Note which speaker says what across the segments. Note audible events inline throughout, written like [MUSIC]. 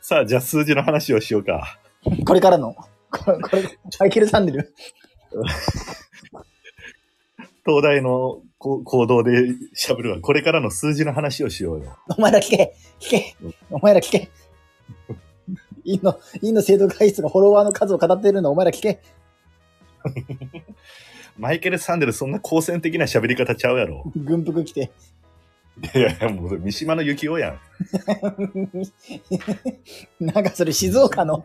Speaker 1: さあ、じゃあ数字の話をしようか。
Speaker 2: これからの、これ、これマイケル・サンデル。
Speaker 1: 東大のこ行動でしゃべるわ。これからの数字の話をしようよ。
Speaker 2: お前ら聞け聞けお前ら聞け院の、院の生徒会室がフォロワーの数を語っているのお前ら聞け
Speaker 1: マイケル・サンデル、そんな好戦的な喋り方ちゃうやろ。
Speaker 2: 軍服着て。 [LAUGHS]
Speaker 1: いやいや、もう三島の幸男やん。
Speaker 2: なんかそれ静岡の、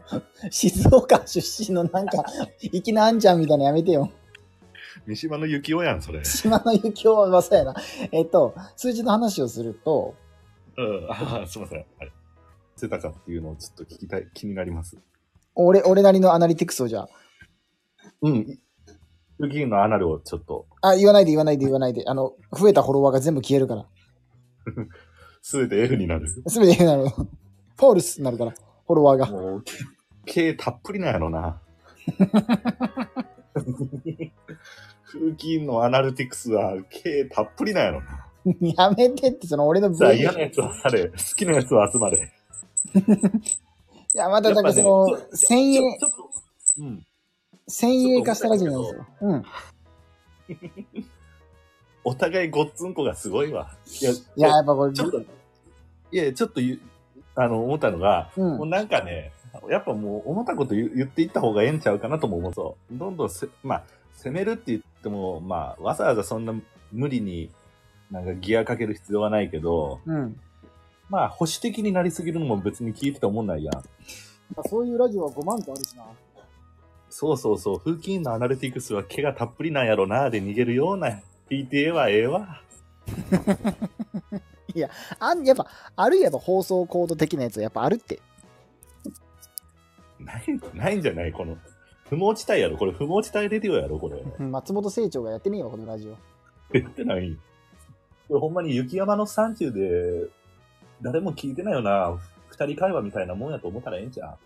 Speaker 2: 静岡出身のなんか、粋なあんちゃんみたいなのやめてよ。
Speaker 1: 三島の幸男やん、そ [LAUGHS] れ。
Speaker 2: 島の幸男はまさやな。えっと、数字の話をすると、
Speaker 1: うん。ああ、すいません。はい。してたかっていうのをちょっと聞きたい、気になります。
Speaker 2: 俺、俺なりのアナリティクスをじゃあ、
Speaker 1: うん。ルギーのアナルをちょっと、
Speaker 2: あ、言わないで言わないで言わないで、あの、増えたフォロワーが全部消えるから。
Speaker 1: すべて F になる。
Speaker 2: すべて F なる。ポールスになるから、フォロワーが。
Speaker 1: もう、毛たっぷりなんやろな。風紀のアナルティクスは毛たっぷりなんやろな。
Speaker 2: やめてって、その俺の
Speaker 1: じゃあ
Speaker 2: 分
Speaker 1: 嫌なやつはあれ、好きなやつは集まれ。
Speaker 2: いや、またなんかその
Speaker 1: やっぱ、ね
Speaker 2: 先鋭、
Speaker 1: ちょっと、うん。
Speaker 2: 先鋭化したラジオなんですよ。うん。
Speaker 1: お互いごっつんこがすごいわ。いや、い
Speaker 2: いや、やっぱこれ
Speaker 1: ち、ょっと、いや、ちょっと言う、あの、思ったのが、
Speaker 2: うん
Speaker 1: もうなんかね、やっぱもう思ったこと言う言っていった方がええんちゃうかなとも思うそう。どんどんせ、まあ、攻めるって言っても、まあ、わざわざそんな無理に、なんかギアかける必要はないけど、
Speaker 2: うん。
Speaker 1: まあ、保守的になりすぎるのも別に聞いてて思んないやん。
Speaker 2: まあそういうラジオは5万個あるしな。
Speaker 1: そうそうそう、風紀委員のアナリティクスは毛がたっぷりなんやろな、で逃げるような PTA はええわ。
Speaker 2: あん、やっぱ、あるいはやっぱ放送コード的なやつはやっぱあるって。
Speaker 1: ない、ないんじゃないこの、不毛地帯やろこれ不毛地帯レディオやろこれ。
Speaker 2: 松本清張がやってねえわ、このラジオ。
Speaker 1: 言ってない。これほんまに雪山の山中で、誰も聞いてないよな、二人会話みたいなもんやと思ったらええんじゃ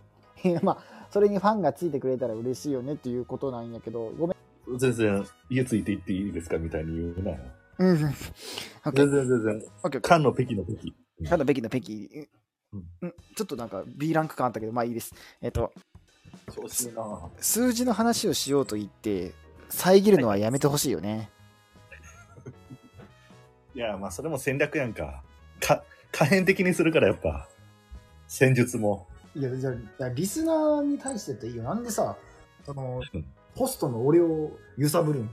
Speaker 2: いやまあ、それにファンがついてくれたら嬉しいよねっていうことなんやけど、ごめん。
Speaker 1: ん。全然、家ついて行っていいですかみたいに言うなよ。
Speaker 2: うん。オッケー、
Speaker 1: 全然全然。
Speaker 2: オッケー。
Speaker 1: 缶の北京の北京。
Speaker 2: ただ、べきの北京。
Speaker 1: うん
Speaker 2: うん、ちょっとなんか B ランク感あったけど、まあいいです。えっと、
Speaker 1: 調子いいな
Speaker 2: 数字の話をしようと言って、遮るのはやめてほしいよね。
Speaker 1: いや、まあそれも戦略やんか。か、可変的にするからやっぱ、戦術も。
Speaker 2: いや、じゃあ、リスナーに対してっていいよ。なんでさ、その
Speaker 1: うん、
Speaker 2: ホストの俺を揺さぶるん